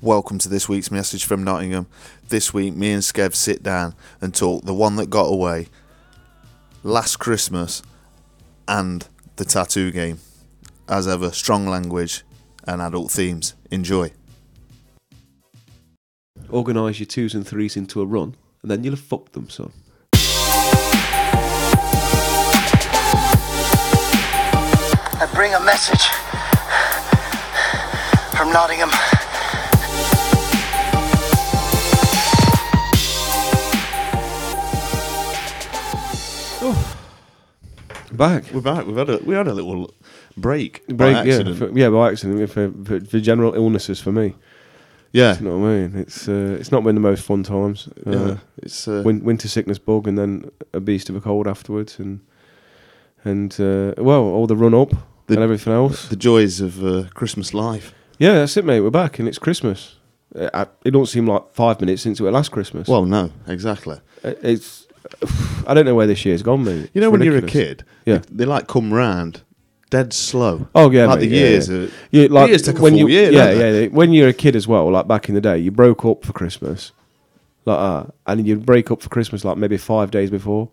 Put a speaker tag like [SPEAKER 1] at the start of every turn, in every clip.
[SPEAKER 1] Welcome to this week's message from Nottingham. This week, me and Skev sit down and talk the one that got away, last Christmas, and the tattoo game. As ever, strong language and adult themes. Enjoy.
[SPEAKER 2] organise your twos and threes into a run, and then you'll have fucked them, son.
[SPEAKER 3] I bring a message from Nottingham.
[SPEAKER 2] Back.
[SPEAKER 4] We're back. We've had a we had a little break,
[SPEAKER 2] Break,
[SPEAKER 4] by accident.
[SPEAKER 2] Yeah, for, yeah, by accident. For, for, for general illnesses for me.
[SPEAKER 4] Yeah,
[SPEAKER 2] You know what I mean? It's uh, it's not been the most fun times. Uh,
[SPEAKER 4] yeah. It's uh,
[SPEAKER 2] win- winter sickness bug, and then a beast of a cold afterwards, and and uh, well, all the run up
[SPEAKER 4] The-
[SPEAKER 2] and everything else.
[SPEAKER 4] the joys of uh, Christmas life.
[SPEAKER 2] yeah, that's it, mate. We're back, and it's Christmas. Uh, I, it don't seem like five minutes since it was last Christmas.
[SPEAKER 4] Well, no, exactly.
[SPEAKER 2] Uh, it's I don't know where this year's gone, mate.
[SPEAKER 4] You know,
[SPEAKER 2] It's
[SPEAKER 4] when
[SPEAKER 2] ridiculous.
[SPEAKER 4] you're a kid,
[SPEAKER 2] Yeah.
[SPEAKER 4] they, they like come round dead slow.
[SPEAKER 2] Oh, yeah,
[SPEAKER 4] like
[SPEAKER 2] mate,
[SPEAKER 4] the
[SPEAKER 2] yeah,
[SPEAKER 4] years.
[SPEAKER 2] yeah.
[SPEAKER 4] Are,
[SPEAKER 2] You like
[SPEAKER 4] years take a
[SPEAKER 2] when
[SPEAKER 4] full
[SPEAKER 2] you
[SPEAKER 4] year,
[SPEAKER 2] yeah
[SPEAKER 4] don't
[SPEAKER 2] yeah
[SPEAKER 4] they?
[SPEAKER 2] yeah. when you're a kid as well like back in the day you broke up for Christmas like that and you'd break up for Christmas like maybe five days before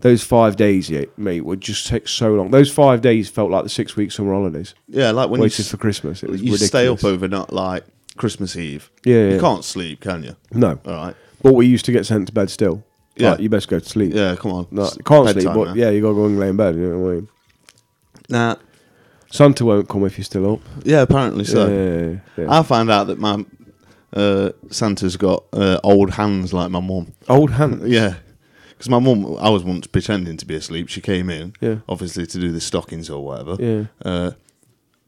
[SPEAKER 2] those five days yeah mate would just take so long those five days felt like the six week summer holidays
[SPEAKER 4] yeah, like when you,
[SPEAKER 2] waiting
[SPEAKER 4] s-
[SPEAKER 2] for Christmas it was
[SPEAKER 4] you
[SPEAKER 2] ridiculous
[SPEAKER 4] stay up overnight, like Christmas Eve.
[SPEAKER 2] Yeah, yeah.
[SPEAKER 4] you can't sleep, can you?
[SPEAKER 2] no
[SPEAKER 4] All right.
[SPEAKER 2] but we used to get sent to bed still yeah
[SPEAKER 4] Yeah.
[SPEAKER 2] like, you best go to sleep
[SPEAKER 4] Yeah, come on.
[SPEAKER 2] like,
[SPEAKER 4] It's
[SPEAKER 2] can't
[SPEAKER 4] bedtime
[SPEAKER 2] sleep but
[SPEAKER 4] now.
[SPEAKER 2] yeah you gotta go and lay in bed you know what I mean
[SPEAKER 4] Nah,
[SPEAKER 2] Santa won't come if you're still up
[SPEAKER 4] yeah, apparently so.
[SPEAKER 2] yeah, yeah, yeah.
[SPEAKER 4] I found out that my uh, Santa's got uh, old hands like my mum.
[SPEAKER 2] old hand
[SPEAKER 4] Yeah. Because my mum, I was once pretending to be asleep. She came in,
[SPEAKER 2] Yeah.
[SPEAKER 4] obviously to do the stockings or whatever.
[SPEAKER 2] Yeah.
[SPEAKER 4] Uh,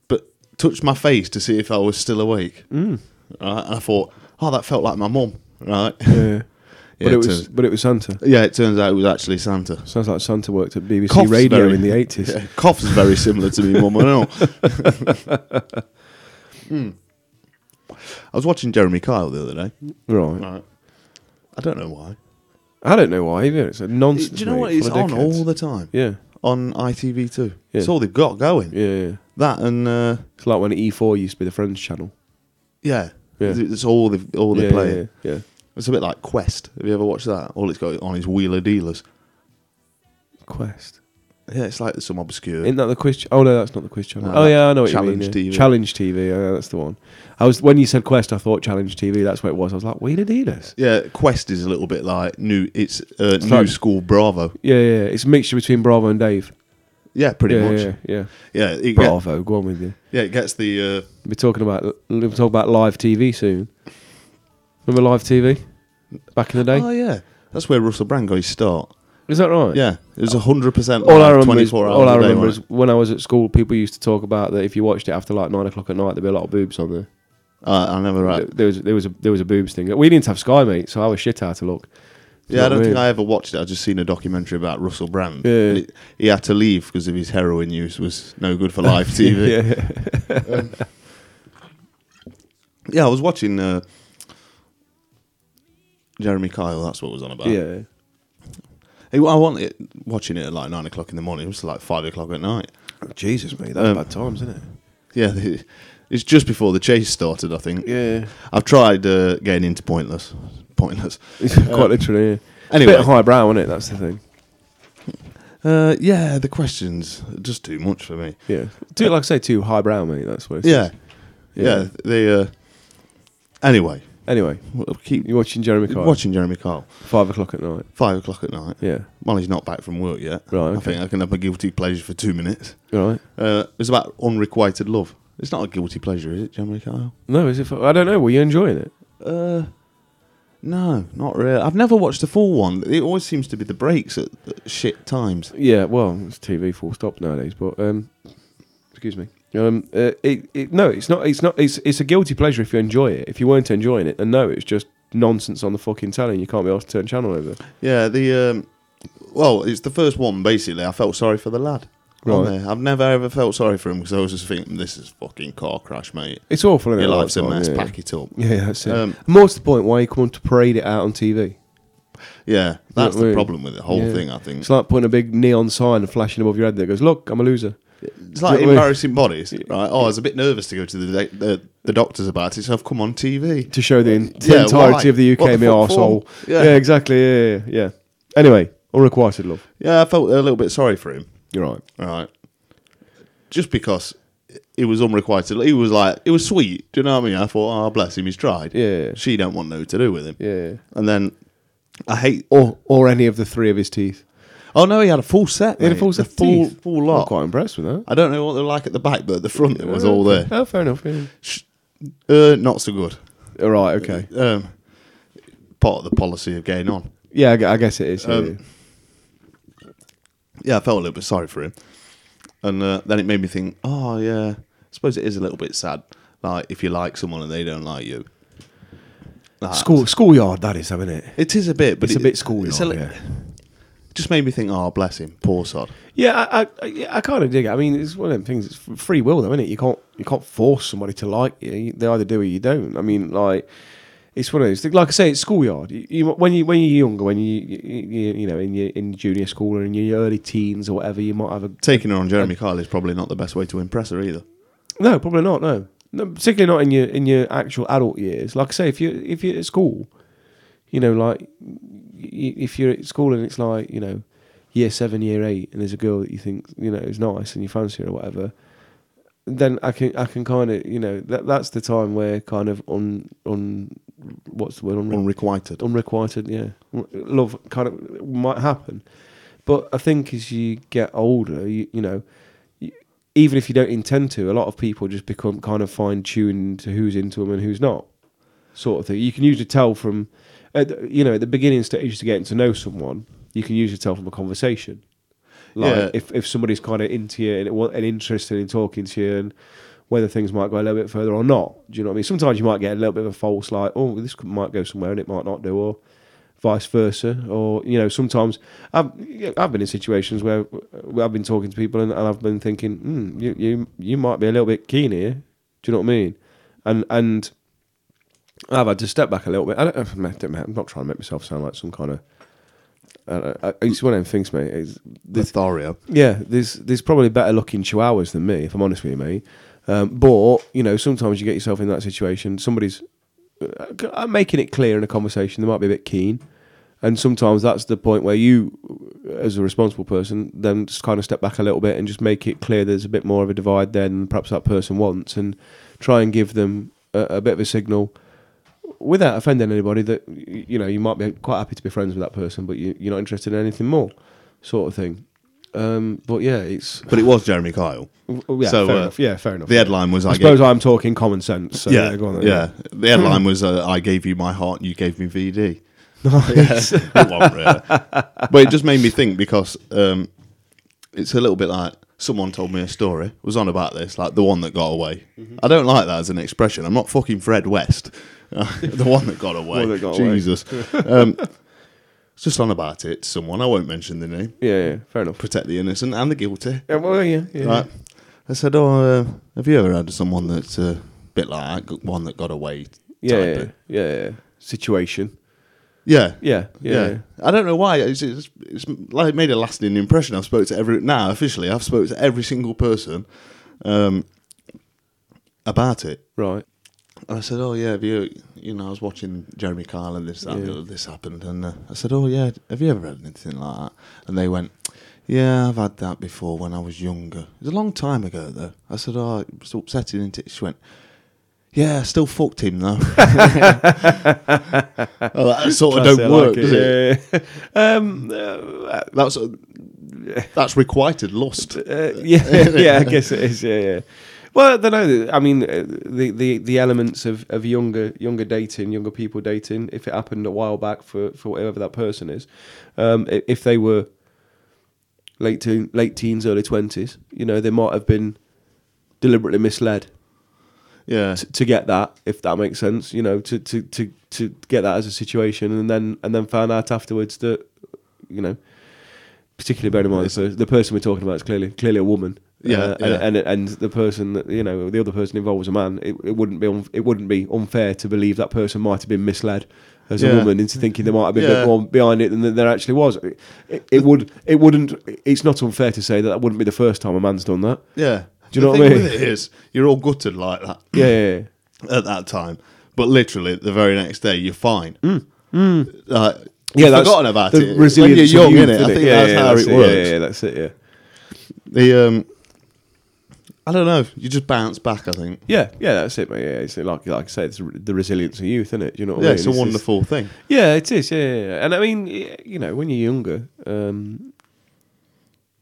[SPEAKER 4] but touched my face to see if I was still awake. Mm. Right? And I thought, oh, that felt like my mum. Right. Yeah.
[SPEAKER 2] yeah but
[SPEAKER 4] it
[SPEAKER 2] it was
[SPEAKER 4] turns-
[SPEAKER 2] but it was Santa
[SPEAKER 4] yeah, it turns out it was actually Santa.
[SPEAKER 2] Sounds like Santa worked at BBC
[SPEAKER 4] Cough's
[SPEAKER 2] Radio
[SPEAKER 4] very-
[SPEAKER 2] in the eighties.
[SPEAKER 4] Yeah, cough's very similar to me, mum. I know. Hmm. I was watching Jeremy Kyle the other day.
[SPEAKER 2] Right.
[SPEAKER 4] Right. I don't know why.
[SPEAKER 2] I don't know why either. It's a nonsense.
[SPEAKER 4] Do you know
[SPEAKER 2] mate,
[SPEAKER 4] what? It's
[SPEAKER 2] full of
[SPEAKER 4] on
[SPEAKER 2] dickheads.
[SPEAKER 4] all the time.
[SPEAKER 2] Yeah.
[SPEAKER 4] On ITV2.
[SPEAKER 2] Yeah.
[SPEAKER 4] It's all they've got going.
[SPEAKER 2] Yeah, yeah.
[SPEAKER 4] That and uh,
[SPEAKER 2] It's like when E four used to be the Friends channel.
[SPEAKER 4] yeah,
[SPEAKER 2] Yeah.
[SPEAKER 4] It's- it's all the all they
[SPEAKER 2] yeah,
[SPEAKER 4] play.
[SPEAKER 2] Yeah. yeah.
[SPEAKER 4] It's a bit like Quest. Have you ever watched that? All it's got on is Wheeler Dealers.
[SPEAKER 2] Quest.
[SPEAKER 4] Yeah, it's like some obscure.
[SPEAKER 2] Isn't that the quiz? ch- oh no, that's not the quiz channel.
[SPEAKER 4] No,
[SPEAKER 2] oh
[SPEAKER 4] that-
[SPEAKER 2] yeah, I know what
[SPEAKER 4] Challenge
[SPEAKER 2] you mean. yeah.
[SPEAKER 4] TV.
[SPEAKER 2] Challenge TV. Yeah, that's the one. I was when you said Quest, I thought Challenge TV. That's what it was. I was like, Wheeler Dealers.
[SPEAKER 4] yeah, Quest is a little bit like new. It's, uh, new
[SPEAKER 2] like-
[SPEAKER 4] school Bravo.
[SPEAKER 2] Yeah, yeah. yeah. It's a mixture between Bravo and Dave.
[SPEAKER 4] Yeah, pretty
[SPEAKER 2] yeah,
[SPEAKER 4] much.
[SPEAKER 2] Yeah, yeah.
[SPEAKER 4] Yeah, it get-
[SPEAKER 2] Bravo. Go on with you.
[SPEAKER 4] yeah, it gets the uh,
[SPEAKER 2] We'll be talking about we'll talk about live TV soon. Remember live TV? Back in the day.
[SPEAKER 4] oh yeah. That's where Russell Brand got his start.
[SPEAKER 2] Is that right?
[SPEAKER 4] Yeah, it was hundred percent.
[SPEAKER 2] All I remember is,
[SPEAKER 4] 24 hours
[SPEAKER 2] all I
[SPEAKER 4] a day,
[SPEAKER 2] remember
[SPEAKER 4] wasn't
[SPEAKER 2] is when I was at school, people used to talk about that if you watched it after like nine o'clock at night, there'd be a lot of boobs on there.
[SPEAKER 4] it? Uh, I never.
[SPEAKER 2] There,
[SPEAKER 4] Right.
[SPEAKER 2] there was there was a there was a boobs thing. We didn't have Sky, mate, so I was shit out of luck.
[SPEAKER 4] Yeah, I don't think
[SPEAKER 2] mean?
[SPEAKER 4] I ever watched it. I just seen a documentary about Russell Brand.
[SPEAKER 2] Yeah.
[SPEAKER 4] And it- he had to leave because of his heroin use was no good for live TV.
[SPEAKER 2] Yeah,
[SPEAKER 4] Um, Yeah, I was watching uh, Jeremy Kyle. That's what it was on about.
[SPEAKER 2] yeah,
[SPEAKER 4] Hey, well, I wanted watching it at like nine o'clock in the morning. It was like five o'clock at night.
[SPEAKER 2] Jesus, mate,
[SPEAKER 4] that's Um,
[SPEAKER 2] bad times, isn't it?
[SPEAKER 4] Yeah, the- it's just before the chase started. I think.
[SPEAKER 2] Yeah,
[SPEAKER 4] I've tried uh, getting into pointless. Pointless.
[SPEAKER 2] quite literally. Yeah.
[SPEAKER 4] anyway.
[SPEAKER 2] bit highbrow, isn't it? That's the thing.
[SPEAKER 4] Uh, yeah, the questions are just too much for me.
[SPEAKER 2] Yeah, too like I say, too highbrow, mate. That's what. It
[SPEAKER 4] Yeah,
[SPEAKER 2] is.
[SPEAKER 4] yeah. they. Uh, anyway,
[SPEAKER 2] Anyway,
[SPEAKER 4] we'll keep
[SPEAKER 2] you're watching Jeremy Kyle.
[SPEAKER 4] watching Jeremy Kyle.
[SPEAKER 2] five o'clock at night.
[SPEAKER 4] Five o'clock at night.
[SPEAKER 2] Yeah,
[SPEAKER 4] Molly's not back from work yet.
[SPEAKER 2] Right,
[SPEAKER 4] I
[SPEAKER 2] okay.
[SPEAKER 4] think I can have my guilty pleasure for two minutes.
[SPEAKER 2] all right.
[SPEAKER 4] Uh, it's about unrequited love. It's not a guilty pleasure, is it, Jeremy Kyle?
[SPEAKER 2] No, is it? I don't know. Were you enjoying it?
[SPEAKER 4] Uh, no, not really. I've never watched a full one. It always seems to be the breaks at, at shit times.
[SPEAKER 2] Yeah, well, it's TV full stop nowadays. But um, excuse me. Um, uh, it, it, no, it's not. It's not. It's it's a guilty pleasure if you enjoy it. If you weren't enjoying it, then no, it's just nonsense on the fucking telly. and You can't be asked to turn channel over.
[SPEAKER 4] Yeah, the um, well, it's the first one basically. I felt sorry for the lad. on
[SPEAKER 2] Right.
[SPEAKER 4] there. I've never ever felt sorry for him because I was just thinking, this is fucking car crash, mate.
[SPEAKER 2] It's awful. Isn't
[SPEAKER 4] Your
[SPEAKER 2] it, a lot
[SPEAKER 4] life's a
[SPEAKER 2] of time,
[SPEAKER 4] mess.
[SPEAKER 2] Yeah.
[SPEAKER 4] Pack it up.
[SPEAKER 2] Yeah, that's it.
[SPEAKER 4] Um,
[SPEAKER 2] More to the point, why you come on to parade it out on TV?
[SPEAKER 4] Yeah, that's
[SPEAKER 2] what I
[SPEAKER 4] the
[SPEAKER 2] mean?
[SPEAKER 4] problem with the whole
[SPEAKER 2] Yeah.
[SPEAKER 4] thing. I think.
[SPEAKER 2] It's like putting a big neon sign flashing above your head that goes, "Look, I'm a loser."
[SPEAKER 4] It's like
[SPEAKER 2] Yeah, we-
[SPEAKER 4] embarrassing bodies, right? Oh, I was a bit nervous to go to the the, the doctors about it, so I've come on TV.
[SPEAKER 2] to show the, en- the
[SPEAKER 4] Yeah,
[SPEAKER 2] entirety
[SPEAKER 4] why?
[SPEAKER 2] of the UK
[SPEAKER 4] What the
[SPEAKER 2] my
[SPEAKER 4] fuck for?
[SPEAKER 2] arsehole. Yeah.
[SPEAKER 4] Yeah.
[SPEAKER 2] exactly. Yeah, yeah, yeah. Anyway, unrequited love.
[SPEAKER 4] Yeah, I felt a little bit sorry for him,
[SPEAKER 2] You're right.
[SPEAKER 4] right? Just because it was unrequited, he was like, it was sweet. Do you know what I mean? I thought, oh, bless him, he's tried.
[SPEAKER 2] Yeah.
[SPEAKER 4] she don't want no to do with him.
[SPEAKER 2] Yeah. Oh.
[SPEAKER 4] and then I hate.
[SPEAKER 2] Or or any of the three of his teeth.
[SPEAKER 4] Oh no, he had a full set.
[SPEAKER 2] He had a
[SPEAKER 4] mate.
[SPEAKER 2] full set of
[SPEAKER 4] full,
[SPEAKER 2] teeth.
[SPEAKER 4] full
[SPEAKER 2] I'm
[SPEAKER 4] lot.
[SPEAKER 2] quite impressed with that.
[SPEAKER 4] I don't know what they're like at the back, but at the front it was all there.
[SPEAKER 2] Oh, fair enough. Yeah.
[SPEAKER 4] Sh- Uh, not so good.
[SPEAKER 2] All right. Okay.
[SPEAKER 4] Um, part of the policy of getting on.
[SPEAKER 2] Yeah, I, gu- I guess it is. yeah,
[SPEAKER 4] Um, yeah, I felt a little bit sorry for him. And uh, then it made me think, oh, yeah, I suppose it is a little bit sad. Like, if you like someone and they don't like you.
[SPEAKER 2] yeah.
[SPEAKER 4] Like,
[SPEAKER 2] School schoolyard. That is, isn't it?
[SPEAKER 4] It is a bit, but
[SPEAKER 2] It's a
[SPEAKER 4] it-
[SPEAKER 2] bit schoolyard.
[SPEAKER 4] it's a li-
[SPEAKER 2] yeah.
[SPEAKER 4] It just made me think, oh, bless him, poor sod.
[SPEAKER 2] Yeah, I, I- I, yeah, I kind of dig it. I mean, it's one of them things. It's f- free will, though, isn't it? You can't you can't force somebody to like you. You- They either do or you don't. I mean, like it's one of those. things. Like I say, it's schoolyard. You, you, when you when you're younger, when you you, you, you know in your in junior school or in your early teens or whatever, you might have a
[SPEAKER 4] Taking her on Jeremy Kyle is probably not the best way to impress her either.
[SPEAKER 2] no, probably not. No, no, particularly not in your in your actual adult years. Like I say, if you if you're at school, you know, like y- if you're at school and it's like you know, year seven, year eight, and there's a girl that you think you know is nice and you fancy her or whatever, then I can I can kind of you know that that's the time where kind of on on what's the word on
[SPEAKER 4] Unrequited.
[SPEAKER 2] unrequited, yeah, love kind of might happen. But I think as you get older, you, you know, you, even if you don't intend to, a lot of people just become kind of fine tuned to who's into them and who's not, sort of thing. You can usually tell from, at the, you know, at the beginning stages to getting to know someone, you can usually tell from a conversation. Like
[SPEAKER 4] Yeah.
[SPEAKER 2] if, if somebody's kind of into you and, wa- and interested in talking to you and whether things might go a little bit further or not. Do you know what I mean? Sometimes you might get a little bit of a false like, oh, this could- might go somewhere and it might not do, or vice versa. Or you know, sometimes I've yeah, I've been in situations where, where I've been talking to people and, and I've been thinking, hmm, you you you might be a little bit keen here. Do you know what I mean? And and I've had to step back a little bit. I don't, I'm not- I'm not trying to make myself sound like some kind of. Uh, uh, it's one of them things, mate. It's,
[SPEAKER 4] Lothario.
[SPEAKER 2] yeah, there's there's probably better looking chihuahuas than me, if I'm honest with you, mate. Um, but you know, sometimes you get yourself in that situation. Somebody's uh, I'm making it clear in a conversation they might be a bit keen, and sometimes that's the point where you, as a responsible person, then just kind of step back a little bit and just make it clear there's a bit more of a divide than perhaps that person wants, and try and give them a, a bit of a signal without offending anybody that y- you know you might be quite happy to be friends with that person, but you, you're not interested in anything more, sort of thing. Um, but yeah, it's
[SPEAKER 4] But it was Jeremy Kyle.
[SPEAKER 2] oh, yeah,
[SPEAKER 4] So,
[SPEAKER 2] fair
[SPEAKER 4] uh,
[SPEAKER 2] enough. Yeah, fair enough.
[SPEAKER 4] The headline was, I,
[SPEAKER 2] I
[SPEAKER 4] gave-
[SPEAKER 2] suppose I'm talking common sense. So yeah,
[SPEAKER 4] yeah,
[SPEAKER 2] go on then, Hmm.
[SPEAKER 4] yeah. The headline was, uh, I gave you my heart and you gave me VD. Nice. it wasn't really. But it just made me think because um, it's a little bit like someone told me a story, was on about this, like the one that got away.
[SPEAKER 2] Mm-hmm.
[SPEAKER 4] I don't like that as an expression. I'm not fucking Fred West. the one that got away.
[SPEAKER 2] One that got away.
[SPEAKER 4] Jesus. um, it's just on about it to someone. I won't mention the name.
[SPEAKER 2] yeah, yeah, fair enough.
[SPEAKER 4] Protect the innocent and the guilty.
[SPEAKER 2] Yeah, well, yeah, yeah.
[SPEAKER 4] Right. I said, "Oh, uh, have you ever had someone that's a bit like that, one that got away?" type
[SPEAKER 2] yeah, yeah,
[SPEAKER 4] of-
[SPEAKER 2] yeah, yeah. situation.
[SPEAKER 4] yeah,
[SPEAKER 2] Yeah, yeah, yeah.
[SPEAKER 4] I don't know why. It's, it's, it's like made a lasting impression. I've spoke to every now officially. I've spoke to every single person um, about it.
[SPEAKER 2] Right.
[SPEAKER 4] And I said, "Oh yeah, have you? You know, I was watching Jeremy Kyle and this that, and the
[SPEAKER 2] Yeah.
[SPEAKER 4] other, this happened." And uh, I said, "Oh yeah, have you ever had anything like that?" And they went, "Yeah, I've had that before when I was younger. It was a long time ago though." I said, "Oh, it was upsetting." And she went, "Yeah, I still fucked him though." well, that sort of
[SPEAKER 2] Classy, I
[SPEAKER 4] don't
[SPEAKER 2] like
[SPEAKER 4] work, does it?
[SPEAKER 2] Yeah, yeah. um, uh,
[SPEAKER 4] That's that's requited lust.
[SPEAKER 2] Uh, yeah, yeah, I guess it is. Yeah, yeah. Well, I don't know. I mean, uh, the the, the elements of, of younger younger dating, younger people dating. If it happened a while back for for whatever that person is, um, i- if they were late teen, late teens, early twenties, you know, they might have been deliberately misled
[SPEAKER 4] Yeah,
[SPEAKER 2] t- to get that, if that makes sense. You know, to to to to get that as a situation, and then and then found out afterwards that you know, particularly bearing in mind the, per- the person we're talking about is clearly clearly a woman.
[SPEAKER 4] Yeah,
[SPEAKER 2] Uh,
[SPEAKER 4] yeah.
[SPEAKER 2] And, and and the person that you know the other person involved was a man. It, it wouldn't be un, it wouldn't be unfair to believe that person might have been misled as a
[SPEAKER 4] Yeah.
[SPEAKER 2] woman into thinking there might have been a
[SPEAKER 4] Yeah.
[SPEAKER 2] bit more behind it than th- there actually was. It, it, it would it wouldn't. It's not unfair to say that that wouldn't be the first time a man's done that.
[SPEAKER 4] Yeah.
[SPEAKER 2] Do you know
[SPEAKER 4] The
[SPEAKER 2] what I
[SPEAKER 4] thing
[SPEAKER 2] mean?
[SPEAKER 4] With it is, you're all gutted like that
[SPEAKER 2] Yeah, yeah, yeah.
[SPEAKER 4] at that time, but literally the very next day you're fine. Mm. Like,
[SPEAKER 2] Mm. Yeah,
[SPEAKER 4] you've
[SPEAKER 2] that's
[SPEAKER 4] forgotten about
[SPEAKER 2] the
[SPEAKER 4] it.
[SPEAKER 2] resilience of
[SPEAKER 4] when you're
[SPEAKER 2] youth,
[SPEAKER 4] young, innit? I
[SPEAKER 2] innit?
[SPEAKER 4] think
[SPEAKER 2] Yeah,
[SPEAKER 4] that's
[SPEAKER 2] yeah,
[SPEAKER 4] how it works.
[SPEAKER 2] Yeah, yeah, that's it. Yeah,
[SPEAKER 4] The um, I don't know. You just bounce back. I think.
[SPEAKER 2] yeah, yeah, that's it, mate. Yeah, it's like like I say, it's the resilience of youth, isn't it? You know, what I
[SPEAKER 4] Yeah,
[SPEAKER 2] mean?
[SPEAKER 4] it's a
[SPEAKER 2] just-
[SPEAKER 4] wonderful thing.
[SPEAKER 2] Yeah, it is. Yeah, yeah, yeah. and I mean, y- you know, when you're younger, um,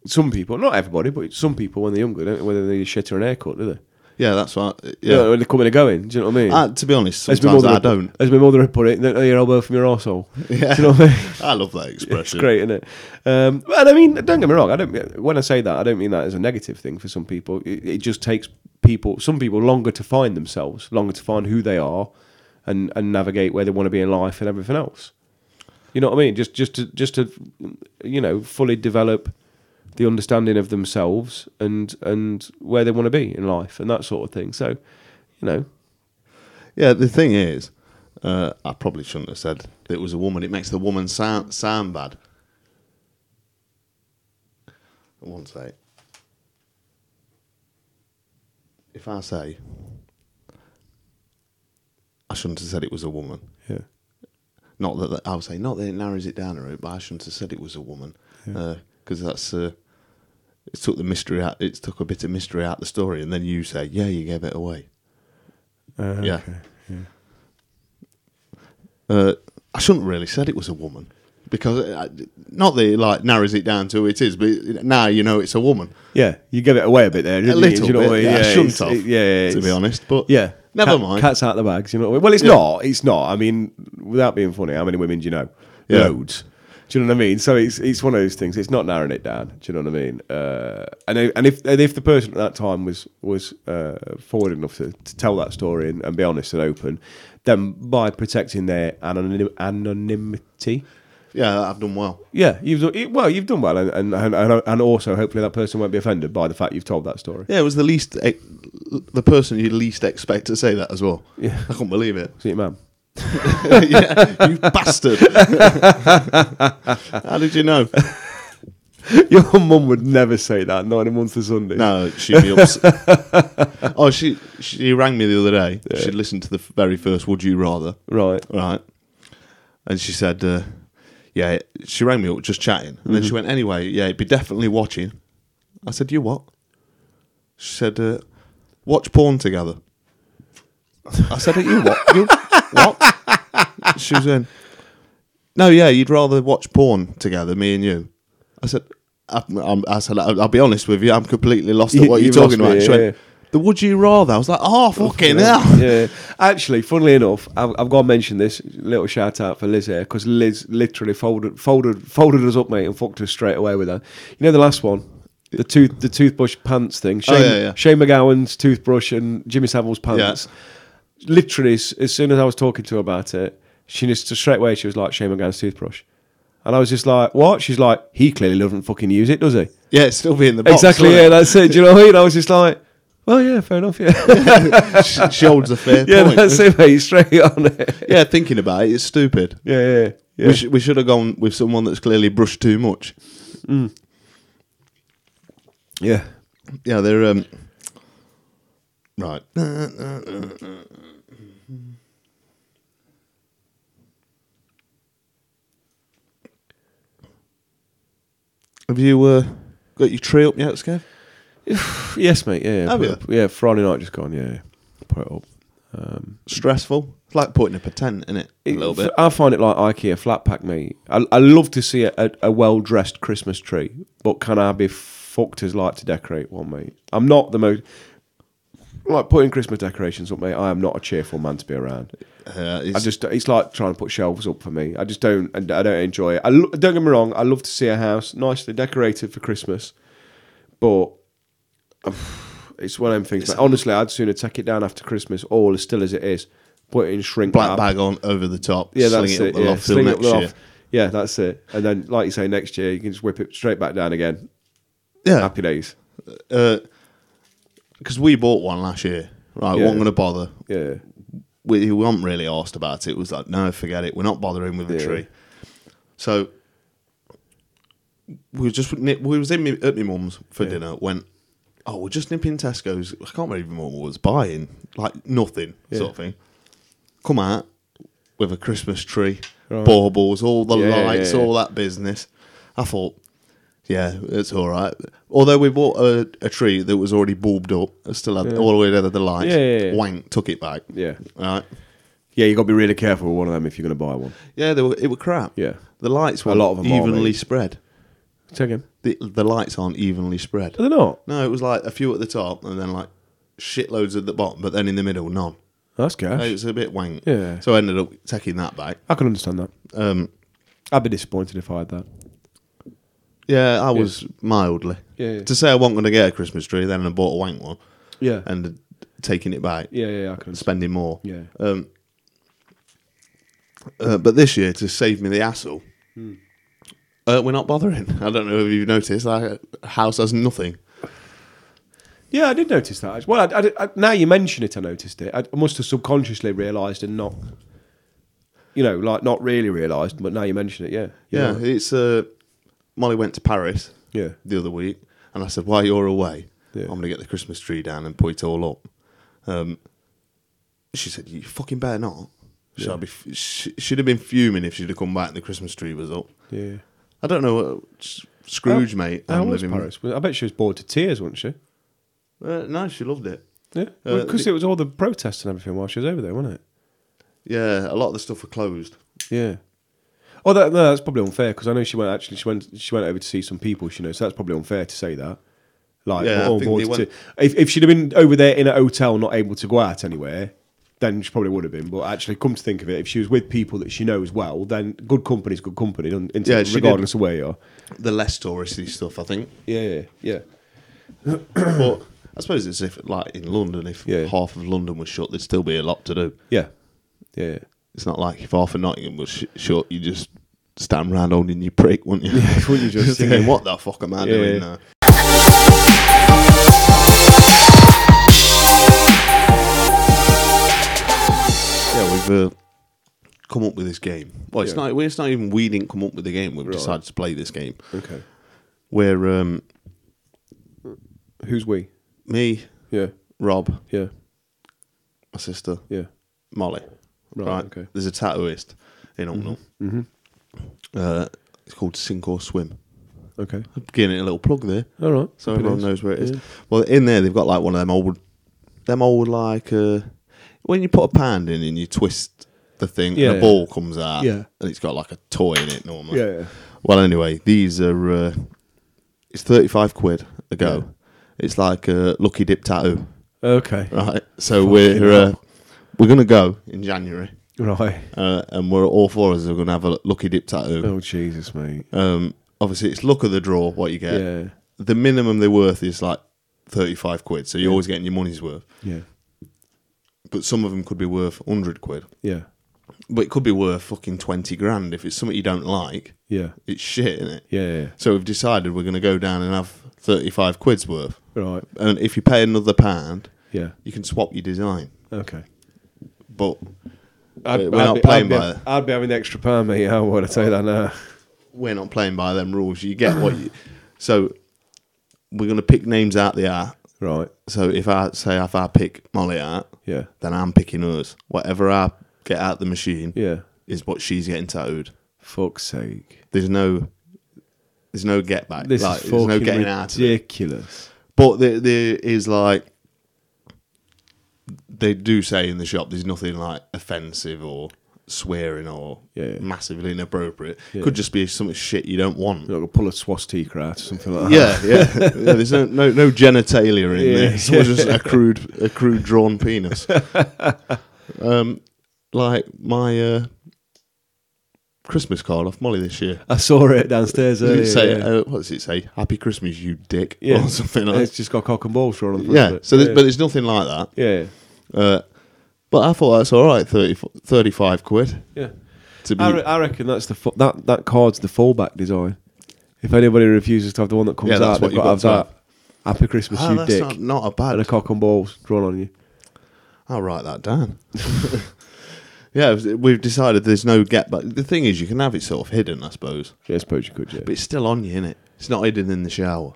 [SPEAKER 2] some people, not everybody, but some people when they're younger, don't whether they shit or an haircut, do they?
[SPEAKER 4] Yeah, that's what. I-
[SPEAKER 2] You know,
[SPEAKER 4] Yeah.
[SPEAKER 2] when they're coming and going. Do you know what I mean?
[SPEAKER 4] I, to be honest,
[SPEAKER 2] As my
[SPEAKER 4] sometimes
[SPEAKER 2] mother
[SPEAKER 4] I
[SPEAKER 2] would-
[SPEAKER 4] don't.
[SPEAKER 2] As my mother would put it, don't know your elbow from your arsehole.
[SPEAKER 4] Yeah.
[SPEAKER 2] Do you know what I mean?
[SPEAKER 4] I love that
[SPEAKER 2] It's
[SPEAKER 4] expression.
[SPEAKER 2] great, isn't it? Um, and I mean, don't get me wrong. I don't. When I say that, I don't mean that as a negative thing for some people. It, it just takes people, some people, longer to find themselves, longer to find who they are, and and navigate where they want to be in life and everything else. You know what I mean? Just just to just to you know fully develop the understanding of themselves and and where they want to be in life and that sort of thing. So, you know,
[SPEAKER 4] Yeah, the thing is, uh, I probably shouldn't have said that it was a woman. It makes the woman sound sound bad. One sec. If I say, I shouldn't have said it was a woman.
[SPEAKER 2] yeah,
[SPEAKER 4] Not that, that I would say not that it narrows it down a bit, but I shouldn't have said it was a woman because that's uh, it took the mystery out. It took a bit of mystery out of the story, and then you say, "Yeah, you gave it away."
[SPEAKER 2] uh,
[SPEAKER 4] Yeah. Uh, I shouldn't really said it was a woman because I, not that it like narrows it down to who it is, but it- now you know it's a woman.
[SPEAKER 2] Yeah, you give it away a bit there. didn't
[SPEAKER 4] A
[SPEAKER 2] you?
[SPEAKER 4] little
[SPEAKER 2] Do you know
[SPEAKER 4] bit.
[SPEAKER 2] what I mean?
[SPEAKER 4] yeah, I shouldn't
[SPEAKER 2] it's-
[SPEAKER 4] have.
[SPEAKER 2] it- yeah, yeah,
[SPEAKER 4] to be
[SPEAKER 2] it's-
[SPEAKER 4] honest, but
[SPEAKER 2] Yeah,
[SPEAKER 4] never
[SPEAKER 2] Cat-
[SPEAKER 4] mind.
[SPEAKER 2] Cats out of the bags. You know what I mean? Well, it's
[SPEAKER 4] Yeah.
[SPEAKER 2] not. It's not. I mean, without being funny, how many women do you know?
[SPEAKER 4] Yeah.
[SPEAKER 2] Loads. Do you know what I mean? So it's it's one of those things. It's not narrowing it down. Do you know what I mean? Uh, and if- and if and if the person at that time was was uh, forward enough to, to tell that story and, and be honest and open, then by protecting their anonym, anonymity,
[SPEAKER 4] yeah, I've done well.
[SPEAKER 2] yeah, you've done it- well. You've done well, and and, and and and also hopefully that person won't be offended by the fact you've told that story.
[SPEAKER 4] Yeah, it was the least e- the person you least expect to say that as well.
[SPEAKER 2] Yeah.
[SPEAKER 4] I couldn't believe it.
[SPEAKER 2] See you, ma'am.
[SPEAKER 4] yeah, you bastard! How did you know?
[SPEAKER 2] Your mum would never say that. Not in a month of Sunday.
[SPEAKER 4] No, she'd be upset. oh, she she rang me the other day. She'd listened to the very first "Would You Rather."
[SPEAKER 2] Right.
[SPEAKER 4] Right. And she said, uh, yeah, she rang me up just chatting. And then she
[SPEAKER 2] Mm-hmm.
[SPEAKER 4] went, anyway, yeah, it'd be definitely watching. I said, you what? She said, uh, watch porn together. I said, you what? You what? She was in. No, yeah, you'd rather watch porn together, me and you. I said, I, I'm, I said, I'll, I'll be honest with you, I'm completely lost at
[SPEAKER 2] You-
[SPEAKER 4] what you're
[SPEAKER 2] you've lost
[SPEAKER 4] talking
[SPEAKER 2] me,
[SPEAKER 4] about. she
[SPEAKER 2] yeah,
[SPEAKER 4] went, the would you rather? I was like, oh, fucking hell.
[SPEAKER 2] Yeah. Actually, funnily enough, I've, I've got to mention this little shout out for Liz here because Liz literally folded, folded, folded us up, mate, and fucked us straight away with her. You know the last one, the tooth, the toothbrush pants thing. Shane,
[SPEAKER 4] Oh, yeah, yeah.
[SPEAKER 2] Shane McGowan's toothbrush and Jimmy Savile's pants. Literally, as, as soon as I was talking to her about it, she just straight away she was like Shane McGowan's toothbrush. And I was just like, what? She's like, he clearly doesn't fucking use it, does he?
[SPEAKER 4] Yeah, it'd still be in the box.
[SPEAKER 2] Exactly,
[SPEAKER 4] wouldn't
[SPEAKER 2] yeah,
[SPEAKER 4] it?
[SPEAKER 2] that's it. Do you know what I mean? I was just like, well, yeah, fair enough, yeah.
[SPEAKER 4] she, she holds a fair
[SPEAKER 2] yeah,
[SPEAKER 4] point.
[SPEAKER 2] that's it, mate. Straight on it.
[SPEAKER 4] Yeah, thinking about it, it's stupid.
[SPEAKER 2] Yeah, yeah, yeah.
[SPEAKER 4] We, sh- we should have gone with someone that's clearly brushed too much.
[SPEAKER 2] yeah.
[SPEAKER 4] Yeah, they're um, right. Have you uh, got your tree up yet, Skev?
[SPEAKER 2] Yes, mate. Yeah, yeah. Put
[SPEAKER 4] Have
[SPEAKER 2] it
[SPEAKER 4] you?
[SPEAKER 2] up. Yeah, Friday night just gone. Yeah, yeah. put it up.
[SPEAKER 4] Stressful. It's like putting up a tent, isn't it? A
[SPEAKER 2] It-
[SPEAKER 4] little bit.
[SPEAKER 2] I find it like IKEA flat pack, mate. I, I love to see a, a, a well dressed Christmas tree, but can I be fucked as like to decorate one, mate? I'm not the most like putting Christmas decorations up, mate. I am not a cheerful man to be around.
[SPEAKER 4] Uh,
[SPEAKER 2] I
[SPEAKER 4] it's-
[SPEAKER 2] just it's like trying to put shelves up for me. I just don't and I don't enjoy it. I lo- don't get me wrong. I love to see a house nicely decorated for Christmas, but it's one of them things. But honestly, I'd sooner take it down after Christmas, all as still as it is, put it in shrink
[SPEAKER 4] black
[SPEAKER 2] wrap.
[SPEAKER 4] bag on over the top.
[SPEAKER 2] Yeah,
[SPEAKER 4] sling
[SPEAKER 2] that's
[SPEAKER 4] it up
[SPEAKER 2] it.
[SPEAKER 4] the
[SPEAKER 2] yeah,
[SPEAKER 4] loft till
[SPEAKER 2] sling it up
[SPEAKER 4] next
[SPEAKER 2] the
[SPEAKER 4] year.
[SPEAKER 2] loft. Yeah, that's it. And then, like you say, next year you can just whip it straight back down again.
[SPEAKER 4] Yeah,
[SPEAKER 2] Happy days.
[SPEAKER 4] because uh, we bought one last year. Right,
[SPEAKER 2] Yeah.
[SPEAKER 4] we're not going to bother.
[SPEAKER 2] Yeah.
[SPEAKER 4] We, we weren't really asked about it. It was like, no, forget it. We're not bothering with the
[SPEAKER 2] Yeah.
[SPEAKER 4] tree. So we were just we was in me, at my mum's for dinner. Went, oh, we're just nipping Tesco's. I can't remember even what I was buying. Like nothing sort of thing. Come out with a Christmas tree,
[SPEAKER 2] Right.
[SPEAKER 4] baubles, all the
[SPEAKER 2] Yeah, yeah,
[SPEAKER 4] lights,
[SPEAKER 2] yeah.
[SPEAKER 4] all that business. I thought, yeah, it's all right. Although we bought a, a tree that was already bulbed up, it still had all the way down to the lights.
[SPEAKER 2] Yeah, yeah, yeah.
[SPEAKER 4] Wank took it back.
[SPEAKER 2] Yeah.
[SPEAKER 4] All right.
[SPEAKER 2] Yeah, you got to be really careful with one of them if you're going to buy one.
[SPEAKER 4] Yeah, they were, it were crap.
[SPEAKER 2] Yeah.
[SPEAKER 4] The lights were
[SPEAKER 2] lot of them are,
[SPEAKER 4] evenly
[SPEAKER 2] mate.
[SPEAKER 4] spread.
[SPEAKER 2] Check in.
[SPEAKER 4] The, the lights aren't evenly spread.
[SPEAKER 2] Are they not?
[SPEAKER 4] No, it was like a few at the top and then like shitloads at the bottom, but then in the middle, none.
[SPEAKER 2] That's gash.
[SPEAKER 4] It was a bit wank.
[SPEAKER 2] Yeah.
[SPEAKER 4] So I ended up taking that back.
[SPEAKER 2] I can understand that.
[SPEAKER 4] Um,
[SPEAKER 2] I'd be disappointed if I had that.
[SPEAKER 4] yeah, I was mildly.
[SPEAKER 2] Yeah, yeah.
[SPEAKER 4] To say I wasn't going to get a Christmas tree, then I bought a wank one
[SPEAKER 2] Yeah.
[SPEAKER 4] and taking it back,
[SPEAKER 2] yeah, yeah, I can understand.
[SPEAKER 4] spending more.
[SPEAKER 2] Yeah.
[SPEAKER 4] Um, uh, but this year, to save me the hassle,
[SPEAKER 2] Hmm.
[SPEAKER 4] uh, we're not bothering. I don't know if you've noticed. Our house has nothing.
[SPEAKER 2] Yeah, I did notice that. Well, I, I- I- now you mention it, I noticed it. I must have subconsciously realised and not, you know, like not really realised, but now you mention it, yeah. You're
[SPEAKER 4] Yeah,
[SPEAKER 2] right.
[SPEAKER 4] it's uh, Molly went to Paris.
[SPEAKER 2] Yeah.
[SPEAKER 4] the other week, and I said, "While you're away,
[SPEAKER 2] Yeah.
[SPEAKER 4] I'm gonna get the Christmas tree down and put it all up." Um, she said, "You fucking better not." Should I be? f- She, she'd have been fuming if she'd have come back and the Christmas tree was up.
[SPEAKER 2] Yeah.
[SPEAKER 4] I don't know, uh, S- Scrooge,
[SPEAKER 2] How-
[SPEAKER 4] mate.
[SPEAKER 2] How
[SPEAKER 4] I'm
[SPEAKER 2] was
[SPEAKER 4] living-
[SPEAKER 2] Paris? Well, I bet she was bored to tears, wasn't she?
[SPEAKER 4] Uh, no, she loved it.
[SPEAKER 2] Yeah.
[SPEAKER 4] Uh,
[SPEAKER 2] Because
[SPEAKER 4] the-
[SPEAKER 2] it was all the protests and everything while she was over there, wasn't it?
[SPEAKER 4] Yeah, a lot of the stuff were closed.
[SPEAKER 2] Yeah. Oh, that, no, that's probably unfair because I know she went actually she went she went over to see some people she knows. So that's probably unfair to say that. Like,
[SPEAKER 4] Yeah, I
[SPEAKER 2] all
[SPEAKER 4] think
[SPEAKER 2] bored
[SPEAKER 4] they
[SPEAKER 2] to-
[SPEAKER 4] went-
[SPEAKER 2] if if she'd have been over there in a hotel, not able to go out anywhere, then she probably would have been. But actually, come to think of it, if she was with people that she knows well, then good company's good company, don't- in
[SPEAKER 4] Yeah,
[SPEAKER 2] terms-
[SPEAKER 4] she did.
[SPEAKER 2] regardless of where you are.
[SPEAKER 4] The less touristy stuff, I think.
[SPEAKER 2] Yeah, yeah,
[SPEAKER 4] but I suppose it's if, like in London, if
[SPEAKER 2] Yeah.
[SPEAKER 4] half of London was shut, there'd still be a lot to do.
[SPEAKER 2] yeah, yeah, yeah.
[SPEAKER 4] It's not like if half of Nottingham was sh- short, you just stand round holding your prick, wouldn't you? Yeah,
[SPEAKER 2] wouldn't you just,
[SPEAKER 4] thinking,
[SPEAKER 2] yeah.
[SPEAKER 4] what the fuck am
[SPEAKER 2] Yeah.
[SPEAKER 4] I doing now? Yeah, we've uh, come up with this game. Well, it's
[SPEAKER 2] Yeah.
[SPEAKER 4] not. It's not even we didn't come up with the game. We've
[SPEAKER 2] Right.
[SPEAKER 4] decided to play this game.
[SPEAKER 2] Okay,
[SPEAKER 4] Where um,
[SPEAKER 2] who's we?
[SPEAKER 4] me,
[SPEAKER 2] Yeah,
[SPEAKER 4] Rob,
[SPEAKER 2] yeah,
[SPEAKER 4] my sister,
[SPEAKER 2] yeah.
[SPEAKER 4] Molly.
[SPEAKER 2] Right,
[SPEAKER 4] Right.
[SPEAKER 2] okay.
[SPEAKER 4] There's a tattooist in Ocknell. Mm-hmm. Uh, it's called Sink or Swim.
[SPEAKER 2] Okay,
[SPEAKER 4] I'm getting a little plug there,
[SPEAKER 2] all right.
[SPEAKER 4] so
[SPEAKER 2] Hope it
[SPEAKER 4] everyone
[SPEAKER 2] is.
[SPEAKER 4] knows where it is.
[SPEAKER 2] Yeah.
[SPEAKER 4] Well, in there they've got like one of them old, them old like uh, when you put a pound in and you twist the thing,
[SPEAKER 2] Yeah.
[SPEAKER 4] and a ball comes out,
[SPEAKER 2] Yeah.
[SPEAKER 4] and it's got like a toy in it normally.
[SPEAKER 2] Yeah, yeah.
[SPEAKER 4] Well, anyway, these are uh, it's thirty five quid a go. It's like a lucky dip tattoo,
[SPEAKER 2] Okay,
[SPEAKER 4] right? So
[SPEAKER 2] Fucking
[SPEAKER 4] we're uh,
[SPEAKER 2] hell.
[SPEAKER 4] we're gonna go in January,
[SPEAKER 2] right.
[SPEAKER 4] uh, and we're all four of us are gonna have a lucky dip tattoo.
[SPEAKER 2] Oh Jesus, mate.
[SPEAKER 4] Um, obviously, it's luck of the draw what you get.
[SPEAKER 2] Yeah.
[SPEAKER 4] The minimum they're worth is like thirty-five quid, so you're always getting your money's worth.
[SPEAKER 2] Yeah,
[SPEAKER 4] But some of them could be worth hundred quid,
[SPEAKER 2] yeah,
[SPEAKER 4] but it could be worth fucking twenty grand if it's something you don't like.
[SPEAKER 2] yeah.
[SPEAKER 4] It's shit, is it?
[SPEAKER 2] Yeah, yeah,
[SPEAKER 4] So we've decided we're going to go down and have thirty-five quid's worth,
[SPEAKER 2] yeah. Right.
[SPEAKER 4] and if you pay another pound,
[SPEAKER 2] Yeah.
[SPEAKER 4] you can swap your design.
[SPEAKER 2] Okay.
[SPEAKER 4] But we're not playing by
[SPEAKER 2] I'd be, I'd be having the extra pound, mate. I want to tell you that now.
[SPEAKER 4] we're not playing by them rules. You get what you. So we're going to pick names out the hat.
[SPEAKER 2] Right.
[SPEAKER 4] So if I say if I pick Molly out,
[SPEAKER 2] Yeah.
[SPEAKER 4] then I'm picking us. Whatever I get out the machine
[SPEAKER 2] Yeah.
[SPEAKER 4] is what she's getting tattooed.
[SPEAKER 2] Fuck's sake.
[SPEAKER 4] There's no there's no get back.
[SPEAKER 2] This
[SPEAKER 4] like,
[SPEAKER 2] is
[SPEAKER 4] there's
[SPEAKER 2] fucking
[SPEAKER 4] no getting out of it.
[SPEAKER 2] ridiculous.
[SPEAKER 4] But there, there is like they do say in the shop there's nothing like offensive or swearing or
[SPEAKER 2] Yeah, yeah.
[SPEAKER 4] massively inappropriate.
[SPEAKER 2] Yeah.
[SPEAKER 4] Could just be some shit you don't want.
[SPEAKER 2] You're not gonna pull a swastika out or something like that.
[SPEAKER 4] Yeah, yeah. yeah there's no, no no genitalia in
[SPEAKER 2] Yeah.
[SPEAKER 4] there. It's all just a crude a crude drawn penis. um, like my uh, Christmas card off Molly this year.
[SPEAKER 2] I saw it downstairs
[SPEAKER 4] Does
[SPEAKER 2] earlier.
[SPEAKER 4] it say
[SPEAKER 2] Oh, yeah.
[SPEAKER 4] uh, what does it say? Happy Christmas, you dick,
[SPEAKER 2] Yeah.
[SPEAKER 4] or something
[SPEAKER 2] And
[SPEAKER 4] like.
[SPEAKER 2] It's just got cock and balls drawn on the front of
[SPEAKER 4] Yeah.
[SPEAKER 2] it.
[SPEAKER 4] So, there's,
[SPEAKER 2] yeah.
[SPEAKER 4] but there's nothing like that.
[SPEAKER 2] yeah.
[SPEAKER 4] Uh, but I thought that's all right. 30, 35 quid
[SPEAKER 2] Yeah.
[SPEAKER 4] to be.
[SPEAKER 2] I, re- I reckon that's the fu- that that card's the fallback design. If anybody refuses to have the one that comes
[SPEAKER 4] Yeah, that's
[SPEAKER 2] out,
[SPEAKER 4] what
[SPEAKER 2] they've
[SPEAKER 4] you've
[SPEAKER 2] got to have
[SPEAKER 4] got
[SPEAKER 2] that. Happy Christmas,
[SPEAKER 4] Ah,
[SPEAKER 2] you
[SPEAKER 4] that's
[SPEAKER 2] dick.
[SPEAKER 4] Not, not a
[SPEAKER 2] and a
[SPEAKER 4] bad.
[SPEAKER 2] cock and balls drawn on you.
[SPEAKER 4] I'll write that down. yeah, we've decided there's no get back. The thing is, you can have it sort of hidden, I suppose,
[SPEAKER 2] Yeah, I suppose you could, yeah.
[SPEAKER 4] but it's still on you, innit? It's not hidden in the shower.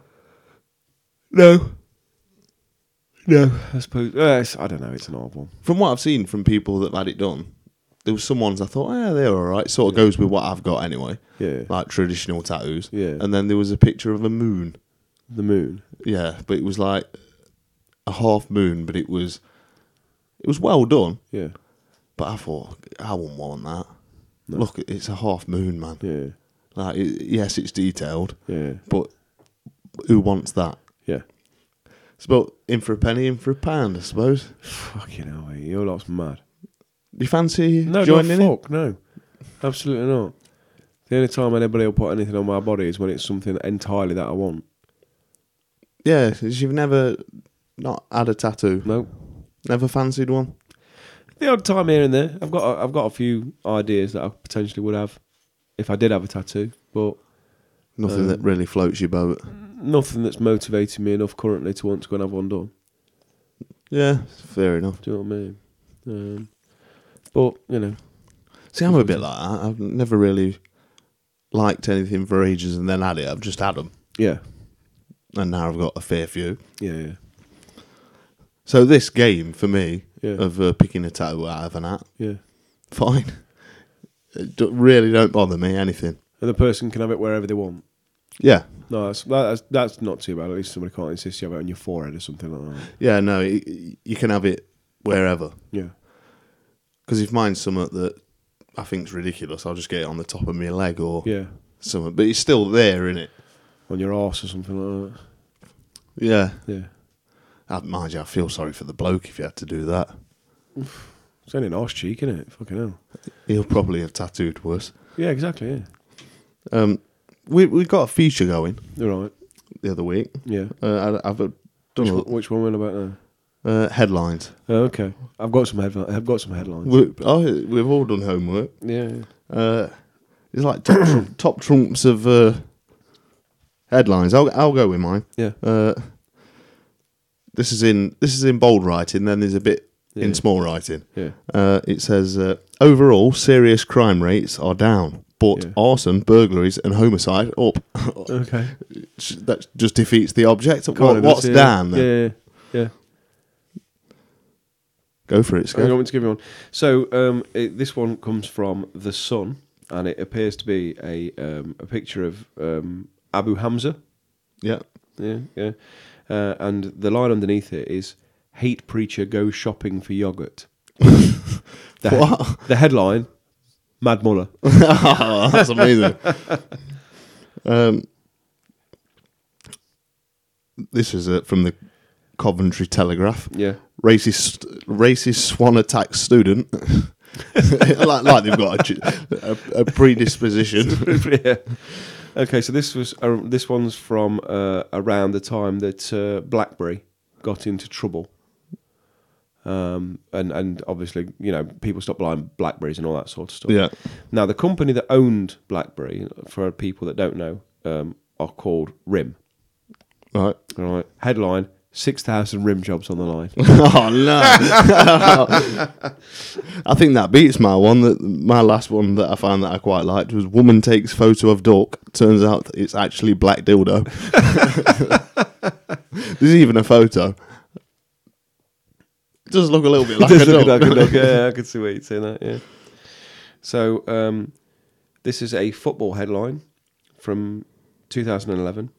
[SPEAKER 2] no. No, I suppose. Uh, it's- I don't know, it's an odd one.
[SPEAKER 4] From what I've seen from people that have had it done, there was some ones I thought, yeah, they're all right. Sort of goes with what I've got anyway.
[SPEAKER 2] Yeah.
[SPEAKER 4] Like traditional tattoos.
[SPEAKER 2] Yeah.
[SPEAKER 4] And then there was a picture of a moon.
[SPEAKER 2] The moon.
[SPEAKER 4] Yeah, but it was like a half moon, but it was it was well done.
[SPEAKER 2] Yeah.
[SPEAKER 4] But I thought I wouldn't want that. Look, it's a half moon, man.
[SPEAKER 2] Yeah.
[SPEAKER 4] Like, it, yes, it's detailed,
[SPEAKER 2] Yeah.
[SPEAKER 4] but who wants that?
[SPEAKER 2] Yeah.
[SPEAKER 4] It's about in for a penny, in for a pound, I suppose.
[SPEAKER 2] Fucking hell, mate. You're lot's mad.
[SPEAKER 4] Do you fancy
[SPEAKER 2] No,
[SPEAKER 4] joining
[SPEAKER 2] no,
[SPEAKER 4] in?
[SPEAKER 2] fuck, no. Absolutely not. The only time anybody will put anything on my body is when it's something entirely that I want.
[SPEAKER 4] Yeah, 'cause you've never not had a tattoo,
[SPEAKER 2] No.
[SPEAKER 4] never fancied one.
[SPEAKER 2] The odd time here and there. I've got a, I've got a few ideas that I potentially would have if I did have a tattoo, but
[SPEAKER 4] Nothing that really floats your boat.
[SPEAKER 2] nothing that's motivating me enough currently to want to go and have one done.
[SPEAKER 4] Yeah, fair enough.
[SPEAKER 2] Do you know what I mean? Um, but you know,
[SPEAKER 4] See, I'm a bit like that. I've never really liked anything for ages and then had it. I've just had them.
[SPEAKER 2] yeah,
[SPEAKER 4] And now I've got a fair few.
[SPEAKER 2] yeah, yeah.
[SPEAKER 4] So this game for me
[SPEAKER 2] Yeah.
[SPEAKER 4] of uh, picking a tattoo out of an hat,
[SPEAKER 2] yeah.
[SPEAKER 4] fine. It do- really don't bother me anything.
[SPEAKER 2] And the person can have it wherever they want.
[SPEAKER 4] Yeah.
[SPEAKER 2] No, that's that's, that's not too bad. At least somebody can't insist you have it on your forehead or something like that.
[SPEAKER 4] Yeah, no, y y- you can have it wherever.
[SPEAKER 2] Yeah,
[SPEAKER 4] Because if mine's something that I think's ridiculous, I'll just get it on the top of my leg or
[SPEAKER 2] yeah.
[SPEAKER 4] something. But it's still there, innit?
[SPEAKER 2] On your arse or something like
[SPEAKER 4] Yeah.
[SPEAKER 2] that. Yeah.
[SPEAKER 4] I, mind you, I feel sorry for the bloke if you had to do that.
[SPEAKER 2] It's only an arse cheek, isn't it? Fucking hell.
[SPEAKER 4] He'll probably have tattooed worse.
[SPEAKER 2] Yeah, exactly. Yeah.
[SPEAKER 4] Um, we we got a feature going
[SPEAKER 2] You're right.
[SPEAKER 4] the other week.
[SPEAKER 2] Yeah.
[SPEAKER 4] Uh, I, I've uh,
[SPEAKER 2] Which,
[SPEAKER 4] done
[SPEAKER 2] one- which one went about now?
[SPEAKER 4] a- uh, headlines.
[SPEAKER 2] Oh, okay, I've got some headlines. I've got some headlines.
[SPEAKER 4] We, oh, we've all done homework.
[SPEAKER 2] Yeah, yeah.
[SPEAKER 4] Uh, it's like top, tr- top trumps of uh, headlines. I'll I'll go with mine.
[SPEAKER 2] yeah.
[SPEAKER 4] Uh, this is in this is in bold writing. Then there's a bit
[SPEAKER 2] Yeah.
[SPEAKER 4] in small writing.
[SPEAKER 2] Yeah.
[SPEAKER 4] Uh, it says uh, overall serious crime rates are down, but
[SPEAKER 2] Yeah.
[SPEAKER 4] arson, burglaries, and homicide up.
[SPEAKER 2] Okay.
[SPEAKER 4] that just defeats the object.
[SPEAKER 2] Kinda
[SPEAKER 4] What,
[SPEAKER 2] does,
[SPEAKER 4] what's
[SPEAKER 2] yeah.
[SPEAKER 4] down? Then?
[SPEAKER 2] Yeah, yeah. yeah.
[SPEAKER 4] Go for it,
[SPEAKER 2] Oh, you
[SPEAKER 4] Scott.
[SPEAKER 2] want me to give you one? So um, it, this one comes from the Sun, and it appears to be a um, a picture of um, Abu Hamza.
[SPEAKER 4] Yeah.
[SPEAKER 2] Yeah, yeah. Uh, and the line underneath it is "Hate preacher goes shopping for yogurt." the, he-
[SPEAKER 4] What?
[SPEAKER 2] the headline: Mad Muller.
[SPEAKER 4] Oh, that's amazing. um, this is uh, from the Coventry Telegraph.
[SPEAKER 2] Yeah.
[SPEAKER 4] Racist, racist swan attacks student. like, like they've got a, ju- a, a predisposition.
[SPEAKER 2] yeah. Okay, so this was uh, this one's from uh, around the time that uh, BlackBerry got into trouble, um, and and obviously you know people stopped buying Blackberries and all that sort of stuff.
[SPEAKER 4] Yeah.
[SPEAKER 2] Now the company that owned BlackBerry, for people that don't know, um, are called RIM.
[SPEAKER 4] right.
[SPEAKER 2] All right. Headline: Six thousand RIM jobs on the line.
[SPEAKER 4] Oh no! I think that beats my one. That my last one that I found that I quite liked was woman takes photo of duck. Turns out it's actually black dildo. There's even a photo. It does look a little bit like
[SPEAKER 2] Does
[SPEAKER 4] a
[SPEAKER 2] look
[SPEAKER 4] duck.
[SPEAKER 2] like a dog, Yeah, I can see where you're saying that. Yeah. So um, this is a football headline from 2011.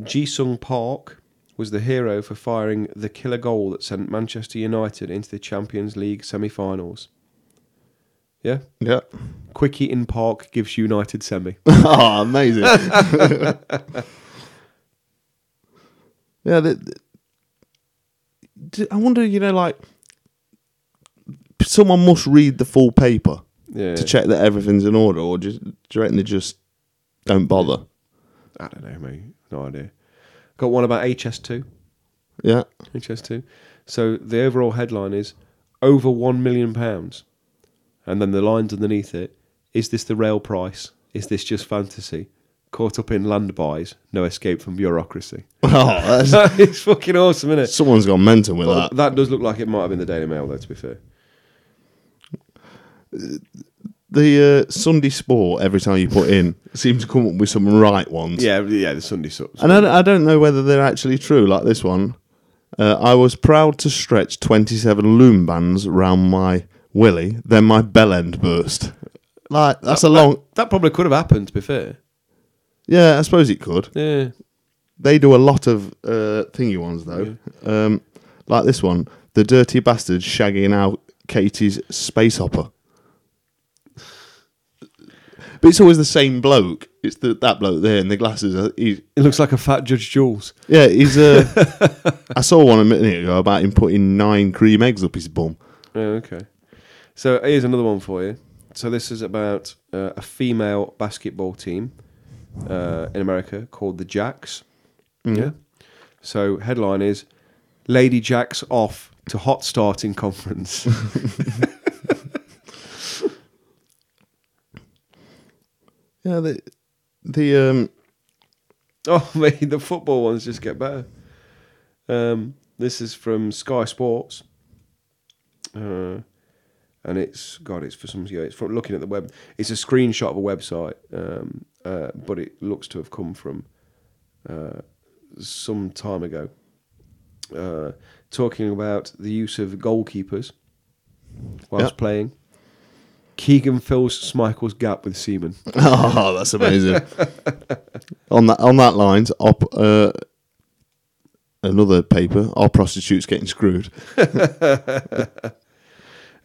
[SPEAKER 2] Jisung Park was the hero for firing the killer goal that sent Manchester United into the Champions League semi-finals. Yeah,
[SPEAKER 4] yeah.
[SPEAKER 2] quickie in park gives United semi.
[SPEAKER 4] oh, amazing. yeah, the, the- d- I wonder, you know, like someone must read the full paper
[SPEAKER 2] Yeah,
[SPEAKER 4] to check that everything's in order, or just, do you reckon they just don't bother?
[SPEAKER 2] I don't know, mate. No idea. Got one about HS2.
[SPEAKER 4] Yeah.
[SPEAKER 2] HS2. So the overall headline is over one million pounds, and then the lines underneath it: Is this the rail price? Is this just fantasy? Caught up in land buys, no escape from bureaucracy.
[SPEAKER 4] Oh, that's,
[SPEAKER 2] it's fucking awesome, isn't it?
[SPEAKER 4] someone's gone mental with that.
[SPEAKER 2] That, that does look like it might have been the Daily Mail, though. To be fair,
[SPEAKER 4] The uh, Sunday Sport, every time you put in, seems to come up with some right ones.
[SPEAKER 2] yeah, yeah, the Sunday Sups.
[SPEAKER 4] And I, don't- I don't know whether they're actually true, like this one. Uh, I was proud to stretch 27 loom bands round my willy, then my bell end burst. Like, that's a long.
[SPEAKER 2] That probably could have happened. To be fair,
[SPEAKER 4] Yeah, I suppose it could.
[SPEAKER 2] yeah.
[SPEAKER 4] They do a lot of uh, thingy ones, though. Um, like this one The Dirty Bastard shagging out Katie's space hopper. But it's always the same bloke. It's the, that bloke there in the glasses. Uh, He,
[SPEAKER 2] It looks like a fat Judge Jules.
[SPEAKER 4] Yeah, he's. Uh, I saw one a minute ago about him putting nine cream eggs up his bum.
[SPEAKER 2] Oh, okay. So here's another one for you. So this is about uh, a female basketball team uh, in America called the Jacks. Yeah. So headline is Lady Jacks off to hot starting conference.
[SPEAKER 4] Yeah, the the um,
[SPEAKER 2] oh, mate, the football ones just get better. Um, this is from Sky Sports. Uh, and it's God, it's for some. Yeah, it's from looking at the web. It's a screenshot of a website, um, uh, but it looks to have come from uh, some time ago. Uh, talking about the use of goalkeepers whilst
[SPEAKER 4] Yeah.
[SPEAKER 2] playing. Keegan fills Schmeichel's gap with Seaman.
[SPEAKER 4] oh, that's amazing. on that on that lines, op, uh, another paper. Our prostitutes getting screwed.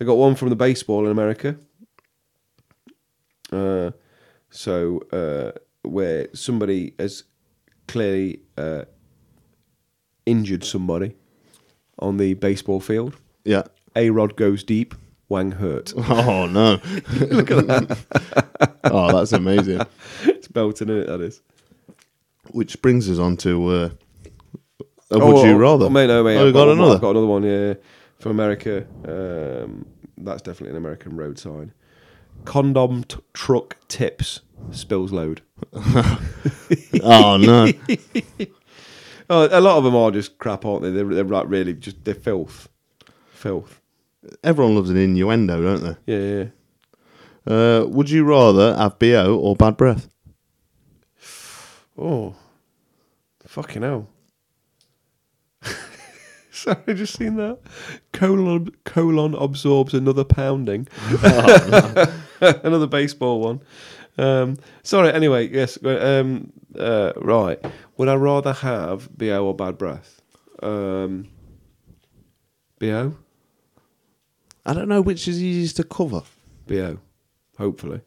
[SPEAKER 2] I got one from the baseball in America. Uh, so uh, where somebody has clearly uh, injured somebody on the baseball field.
[SPEAKER 4] Yeah.
[SPEAKER 2] A Rod goes deep. Wang hurt.
[SPEAKER 4] Oh no! Look at that. oh, that's amazing.
[SPEAKER 2] it's belting in it. That is.
[SPEAKER 4] Which brings us on to. Uh, a would you rather?
[SPEAKER 2] Oh, mate, no, mate.
[SPEAKER 4] Oh,
[SPEAKER 2] I've
[SPEAKER 4] you got
[SPEAKER 2] one-
[SPEAKER 4] another.
[SPEAKER 2] I've got another one. Yeah, from America. Um, that's definitely an American road sign. Condom t- truck tips spills load.
[SPEAKER 4] Oh no!
[SPEAKER 2] Oh, a lot of them are just crap, aren't they? They're, they're like really just they're filth, filth.
[SPEAKER 4] Everyone loves an innuendo, don't they?
[SPEAKER 2] Yeah, yeah.
[SPEAKER 4] Uh, would you rather have BO or bad breath?
[SPEAKER 2] Oh, fucking hell! Sorry, I just seen that. Colon colon absorbs another pounding. another baseball one. Um, sorry. Anyway, yes. Um, uh, right. Would I rather have bo or bad breath? Um, bo,
[SPEAKER 4] I don't know which is easiest to cover.
[SPEAKER 2] bo. Hopefully,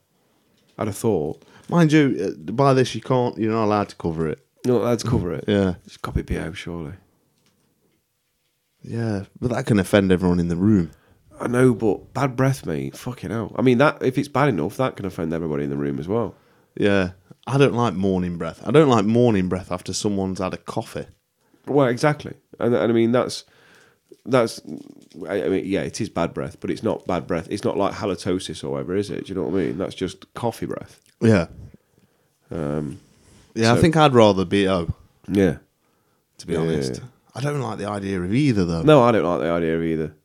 [SPEAKER 2] I'd have thought.
[SPEAKER 4] Mind you, uh, by this you can't. You're not allowed to cover it.
[SPEAKER 2] You're not allowed to cover it.
[SPEAKER 4] Yeah,
[SPEAKER 2] Just copy BO, surely.
[SPEAKER 4] yeah, but that can offend everyone in the room.
[SPEAKER 2] I know, but bad breath, mate. Fucking hell. I mean, that if it's bad enough, that can offend everybody in the room as well.
[SPEAKER 4] Yeah, I don't like morning breath. I don't like morning breath after someone's had a coffee.
[SPEAKER 2] Well, exactly. And, and I mean, that's that's. I I mean, yeah, it is bad breath, but it's not bad breath. It's not like halitosis or whatever, is it? Do you know what I mean? That's just coffee breath.
[SPEAKER 4] Yeah,
[SPEAKER 2] Um,
[SPEAKER 4] yeah. I
[SPEAKER 2] So-
[SPEAKER 4] think I'd rather BO
[SPEAKER 2] yeah.
[SPEAKER 4] to be
[SPEAKER 2] Yeah.
[SPEAKER 4] honest. I don't like the idea of either though.
[SPEAKER 2] No, I don't like the idea of either.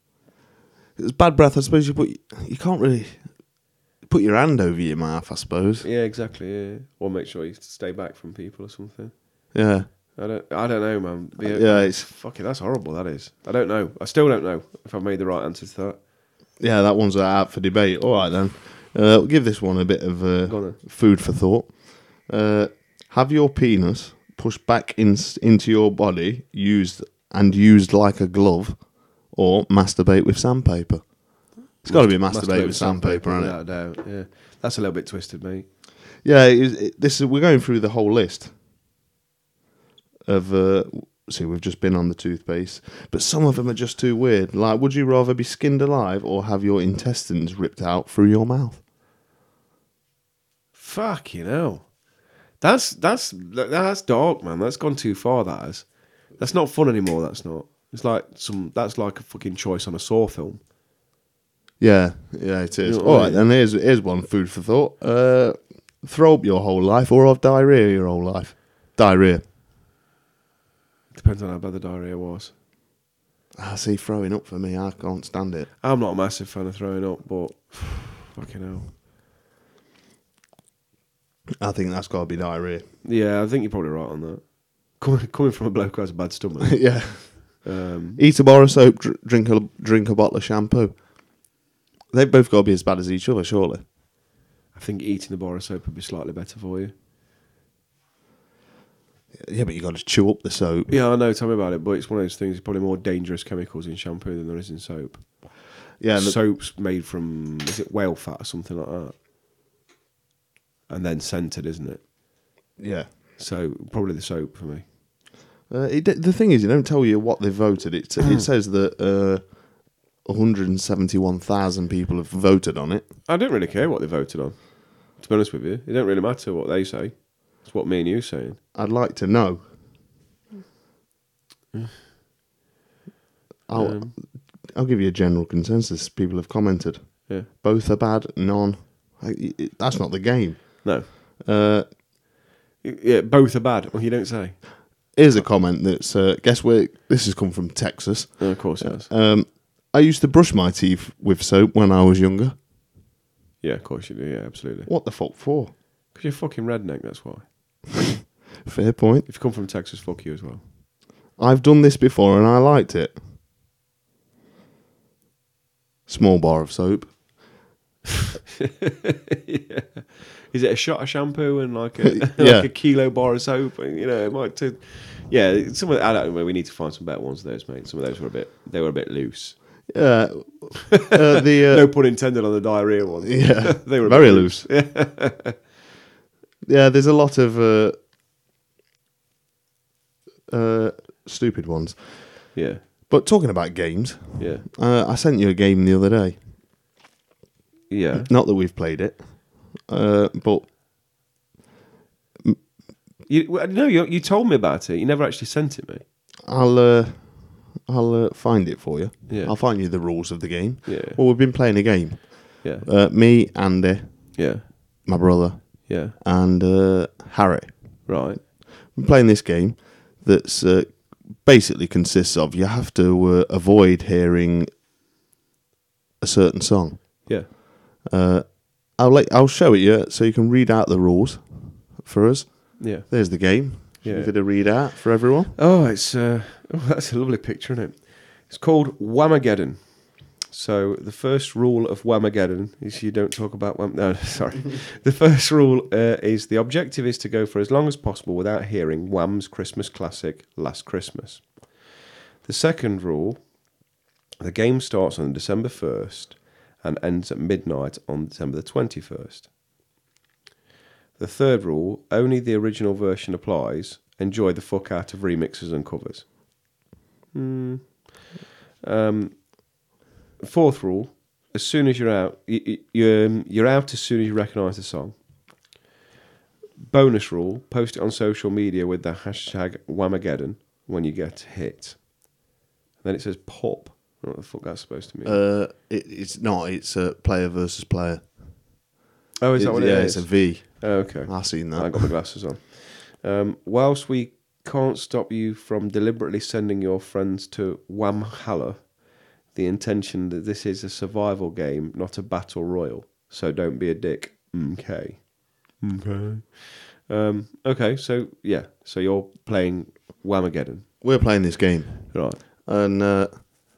[SPEAKER 4] It's bad breath. I suppose you put you can't really put your hand over your mouth. I suppose.
[SPEAKER 2] Yeah, exactly. Yeah. Or make sure you stay back from people or something.
[SPEAKER 4] Yeah.
[SPEAKER 2] I don't. I don't know, man. BO,
[SPEAKER 4] Yeah, it's
[SPEAKER 2] Fucking, that's horrible. That is. I don't know. I still don't know if I made the right answer to that.
[SPEAKER 4] yeah. That one's out for debate. All right then. Uh, we'll give this one a bit of
[SPEAKER 2] Go on
[SPEAKER 4] uh,
[SPEAKER 2] then.
[SPEAKER 4] food for thought. Uh, have your penis pushed back in, into your body, used and used like a glove, or masturbate with sandpaper. It's got to be masturbate, with sandpaper, hasn't it?
[SPEAKER 2] without a doubt, Yeah, that's a little bit twisted, mate.
[SPEAKER 4] Yeah, it, was- it, this is, we're going through the whole list of. Uh, see, we've just been on the toothpaste, but some of them are just too weird. Like, would you rather be skinned alive or have your intestines ripped out through your mouth?
[SPEAKER 2] Fucking hell, that's that's that's dark, man. That's gone too far. That is. That's not fun anymore. That's not. It's like some. That's like a fucking choice on a Saw film.
[SPEAKER 4] Yeah, yeah, it is.
[SPEAKER 2] You know what
[SPEAKER 4] All
[SPEAKER 2] I
[SPEAKER 4] right,
[SPEAKER 2] mean?
[SPEAKER 4] then here's here's one food for thought. Uh, throw up your whole life or have diarrhea your whole life? Diarrhea.
[SPEAKER 2] Depends on how bad the diarrhea was.
[SPEAKER 4] I Ah, see throwing up for me. I can't stand it.
[SPEAKER 2] I'm not a massive fan of throwing up, but fucking hell.
[SPEAKER 4] I think that's got to be diarrhea.
[SPEAKER 2] Yeah, I think you're probably right on that. Coming, coming from a bloke who has a bad stomach.
[SPEAKER 4] yeah.
[SPEAKER 2] um,
[SPEAKER 4] Eat a bar of soap, dr- drink a drink a bottle of shampoo. They've both got to be as bad as each other, surely.
[SPEAKER 2] I think eating a bar of soap would be slightly better for you.
[SPEAKER 4] Yeah, but you got to chew up the soap.
[SPEAKER 2] Yeah, I know. Tell me about it. But it's one of those things. There's probably more dangerous chemicals in shampoo than there is in soap.
[SPEAKER 4] Yeah, and the-
[SPEAKER 2] soap's made from is it whale fat or something like that, and then scented, isn't it?
[SPEAKER 4] yeah.
[SPEAKER 2] So probably the soap for me.
[SPEAKER 4] Uh, it, the thing is, they don't tell you what they voted. It it says that uh, 171,000 people have voted on it.
[SPEAKER 2] I don't really care what they voted on. To be honest with you, it don't really matter what they say. It's what me and you saying.
[SPEAKER 4] I'd like to know. I'll,
[SPEAKER 2] Hmm. Um.
[SPEAKER 4] I'll give you a general consensus. People have commented.
[SPEAKER 2] Yeah.
[SPEAKER 4] Both are bad, none. I, it- it- that's not the game.
[SPEAKER 2] No.
[SPEAKER 4] Uh,
[SPEAKER 2] Y- Yeah, both are bad. Well, you don't say.
[SPEAKER 4] here's a comment that's, uh, guess where this has come from Texas.
[SPEAKER 2] No, of course it is.
[SPEAKER 4] Um, I used to brush my teeth with soap when I was younger.
[SPEAKER 2] Yeah, of course you do. Yeah, absolutely.
[SPEAKER 4] What the fuck for?
[SPEAKER 2] Because you're fucking redneck. That's why.
[SPEAKER 4] Fair point.
[SPEAKER 2] If you come from Texas, fuck you as well.
[SPEAKER 4] I've done this before and I liked it. Small bar of soap.
[SPEAKER 2] yeah. Is it a shot of shampoo and like a
[SPEAKER 4] Yeah.
[SPEAKER 2] like a kilo bar of soap? And, you know, it might. T- yeah, some of I don't know. We need to find some better ones. Of those mate. Some of those were a bit. They were a bit loose.
[SPEAKER 4] Yeah. Uh, the uh,
[SPEAKER 2] no pun intended on the diarrhea one.
[SPEAKER 4] yeah,
[SPEAKER 2] they were a
[SPEAKER 4] very
[SPEAKER 2] bit
[SPEAKER 4] loose. Yeah. there's a lot of uh, uh, stupid ones.
[SPEAKER 2] Yeah.
[SPEAKER 4] But talking about games,
[SPEAKER 2] Yeah.
[SPEAKER 4] uh, I sent you a game the other day.
[SPEAKER 2] Yeah.
[SPEAKER 4] Not that we've played it, uh, but
[SPEAKER 2] You, well, no, you, you told me about it. You never actually sent it me.
[SPEAKER 4] I'll uh, I'll uh, find it for you.
[SPEAKER 2] Yeah.
[SPEAKER 4] I'll find you the rules of the game.
[SPEAKER 2] Yeah.
[SPEAKER 4] Well, we've been playing a game.
[SPEAKER 2] Yeah.
[SPEAKER 4] Uh, me, Andy,
[SPEAKER 2] yeah.
[SPEAKER 4] my brother,
[SPEAKER 2] Yeah.
[SPEAKER 4] and uh, Harry.
[SPEAKER 2] Right.
[SPEAKER 4] We're playing this game that's uh, basically consists of you have to uh, avoid hearing a certain song.
[SPEAKER 2] Yeah.
[SPEAKER 4] Uh, I'll let, I'll show it you so you can read out the rules for us.
[SPEAKER 2] Yeah.
[SPEAKER 4] There's the game. Should we
[SPEAKER 2] Yeah.
[SPEAKER 4] Give it a read out for everyone.
[SPEAKER 2] Oh, it's uh, oh, that's a lovely picture, isn't it? It's called Whamageddon. So the first rule of Whamageddon is you don't talk about Wham. No, sorry. the first rule uh, is the objective is to go for as long as possible without hearing Wham's Christmas classic "Last Christmas." The second rule: the game starts on December first and ends at midnight on December the twenty-first. The third rule: only the original version applies. Enjoy the fuck out of remixes and covers. Hmm. Um, fourth rule: as soon as you're out, y- y- you're um, you're out as soon as you recognise the song. Bonus rule: post it on social media with the hashtag Whamageddon when you get hit. then it says pop. What the fuck that's supposed to mean?
[SPEAKER 4] Uh, it, it's not. It's uh, player versus player.
[SPEAKER 2] oh, is that what it is? Oh,
[SPEAKER 4] yeah, it's a V.
[SPEAKER 2] Okay.
[SPEAKER 4] I've seen
[SPEAKER 2] I
[SPEAKER 4] that.
[SPEAKER 2] got my glasses on. Um, whilst we can't stop you from deliberately sending your friends to Wamhalla, the intention that this is a survival game, not a battle royal. So don't be a dick. Okay. Okay. Um, okay. So yeah. So you're playing Whamageddon,
[SPEAKER 4] We're playing this game,
[SPEAKER 2] right?
[SPEAKER 4] and uh,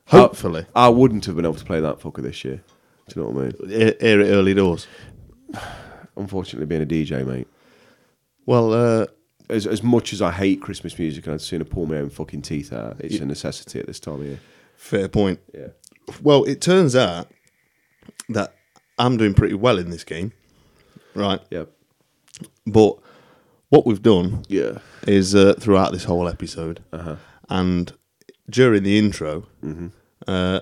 [SPEAKER 4] hopefully,
[SPEAKER 2] I, I wouldn't have been able to play that fucker this year. Do you know what I mean?
[SPEAKER 4] he- hear it early doors.
[SPEAKER 2] Unfortunately, being a DJ, mate.
[SPEAKER 4] Well, uh,
[SPEAKER 2] As, as much as I hate Christmas music and I'd sooner pull my own fucking teeth out, it's a necessity at this time of year.
[SPEAKER 4] fair point.
[SPEAKER 2] Yeah.
[SPEAKER 4] Well, it turns out that I'm doing pretty well in this game, right?
[SPEAKER 2] Yeah.
[SPEAKER 4] But what we've done
[SPEAKER 2] Yeah.
[SPEAKER 4] is uh, throughout this whole episode, and during the intro, uh,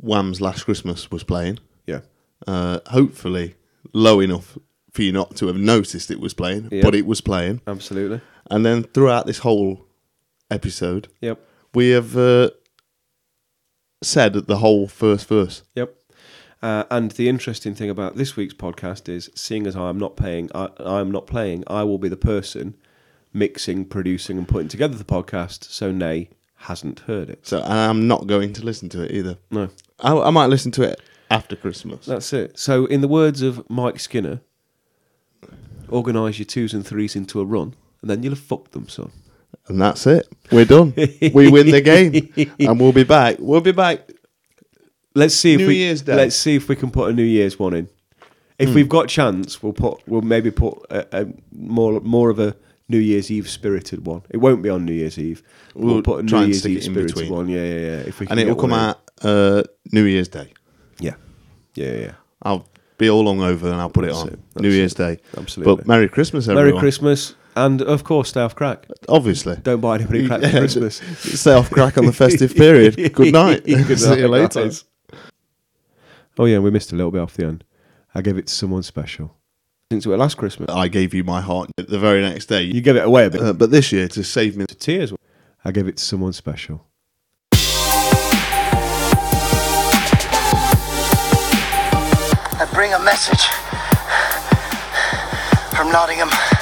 [SPEAKER 4] Wham's Last Christmas was playing.
[SPEAKER 2] Yeah.
[SPEAKER 4] Uh, hopefully, low enough for you not to have noticed it was playing,
[SPEAKER 2] Yeah.
[SPEAKER 4] but it was playing.
[SPEAKER 2] Absolutely.
[SPEAKER 4] And then throughout this whole episode,
[SPEAKER 2] Yep.
[SPEAKER 4] we have uh, said the whole first verse.
[SPEAKER 2] Yep. Uh, and the interesting thing about this week's podcast is, seeing as I am not paying, I, I'm not playing. I will be the person mixing, producing, and putting together the podcast. So Nay hasn't heard it.
[SPEAKER 4] So and I'm not going to listen to it either.
[SPEAKER 2] No.
[SPEAKER 4] I, I might listen to it after Christmas.
[SPEAKER 2] That's it. So, in the words of Mike Skinner, organise your twos and threes into a run, and then you'll have fucked them, son.
[SPEAKER 4] and that's it. We're done. we win the game, and we'll be back. We'll be back.
[SPEAKER 2] Let's see if
[SPEAKER 4] New
[SPEAKER 2] we
[SPEAKER 4] Year's Day. Hmm.
[SPEAKER 2] let's see if we can put a New Year's one in. If we've got chance, we'll put we'll maybe put a, a more more of a New Year's Eve spirited one. It won't be on New Year's Eve. We'll,
[SPEAKER 4] We'll
[SPEAKER 2] put a
[SPEAKER 4] try
[SPEAKER 2] New
[SPEAKER 4] and
[SPEAKER 2] Year's
[SPEAKER 4] stick
[SPEAKER 2] Eve
[SPEAKER 4] it in
[SPEAKER 2] spirited
[SPEAKER 4] between.
[SPEAKER 2] one. Yeah, yeah, yeah. If we
[SPEAKER 4] And it
[SPEAKER 2] can
[SPEAKER 4] will
[SPEAKER 2] get
[SPEAKER 4] come
[SPEAKER 2] one in.
[SPEAKER 4] out uh, New Year's Day.
[SPEAKER 2] Yeah, yeah, yeah.
[SPEAKER 4] I'll be all hungover and I'll put it
[SPEAKER 2] That's
[SPEAKER 4] on
[SPEAKER 2] it.
[SPEAKER 4] New
[SPEAKER 2] That's
[SPEAKER 4] Year's
[SPEAKER 2] it.
[SPEAKER 4] Day.
[SPEAKER 2] Absolutely.
[SPEAKER 4] But Merry Christmas, everyone.
[SPEAKER 2] Merry Christmas, and of course, stay off crack.
[SPEAKER 4] Obviously.
[SPEAKER 2] Don't buy anybody crack for Christmas.
[SPEAKER 4] Stay off crack on the festive period. Good night.
[SPEAKER 2] Good
[SPEAKER 4] See you
[SPEAKER 2] night,
[SPEAKER 4] later.
[SPEAKER 2] guys. Oh yeah, we missed a little bit off the end. I gave it to someone special. Since it was last Christmas,
[SPEAKER 4] I gave you my heart the very next day.
[SPEAKER 2] you gave it away a bit.
[SPEAKER 4] Uh, but this year, to save me
[SPEAKER 2] to tears. I gave it to someone special.
[SPEAKER 3] I bring a message from Nottingham.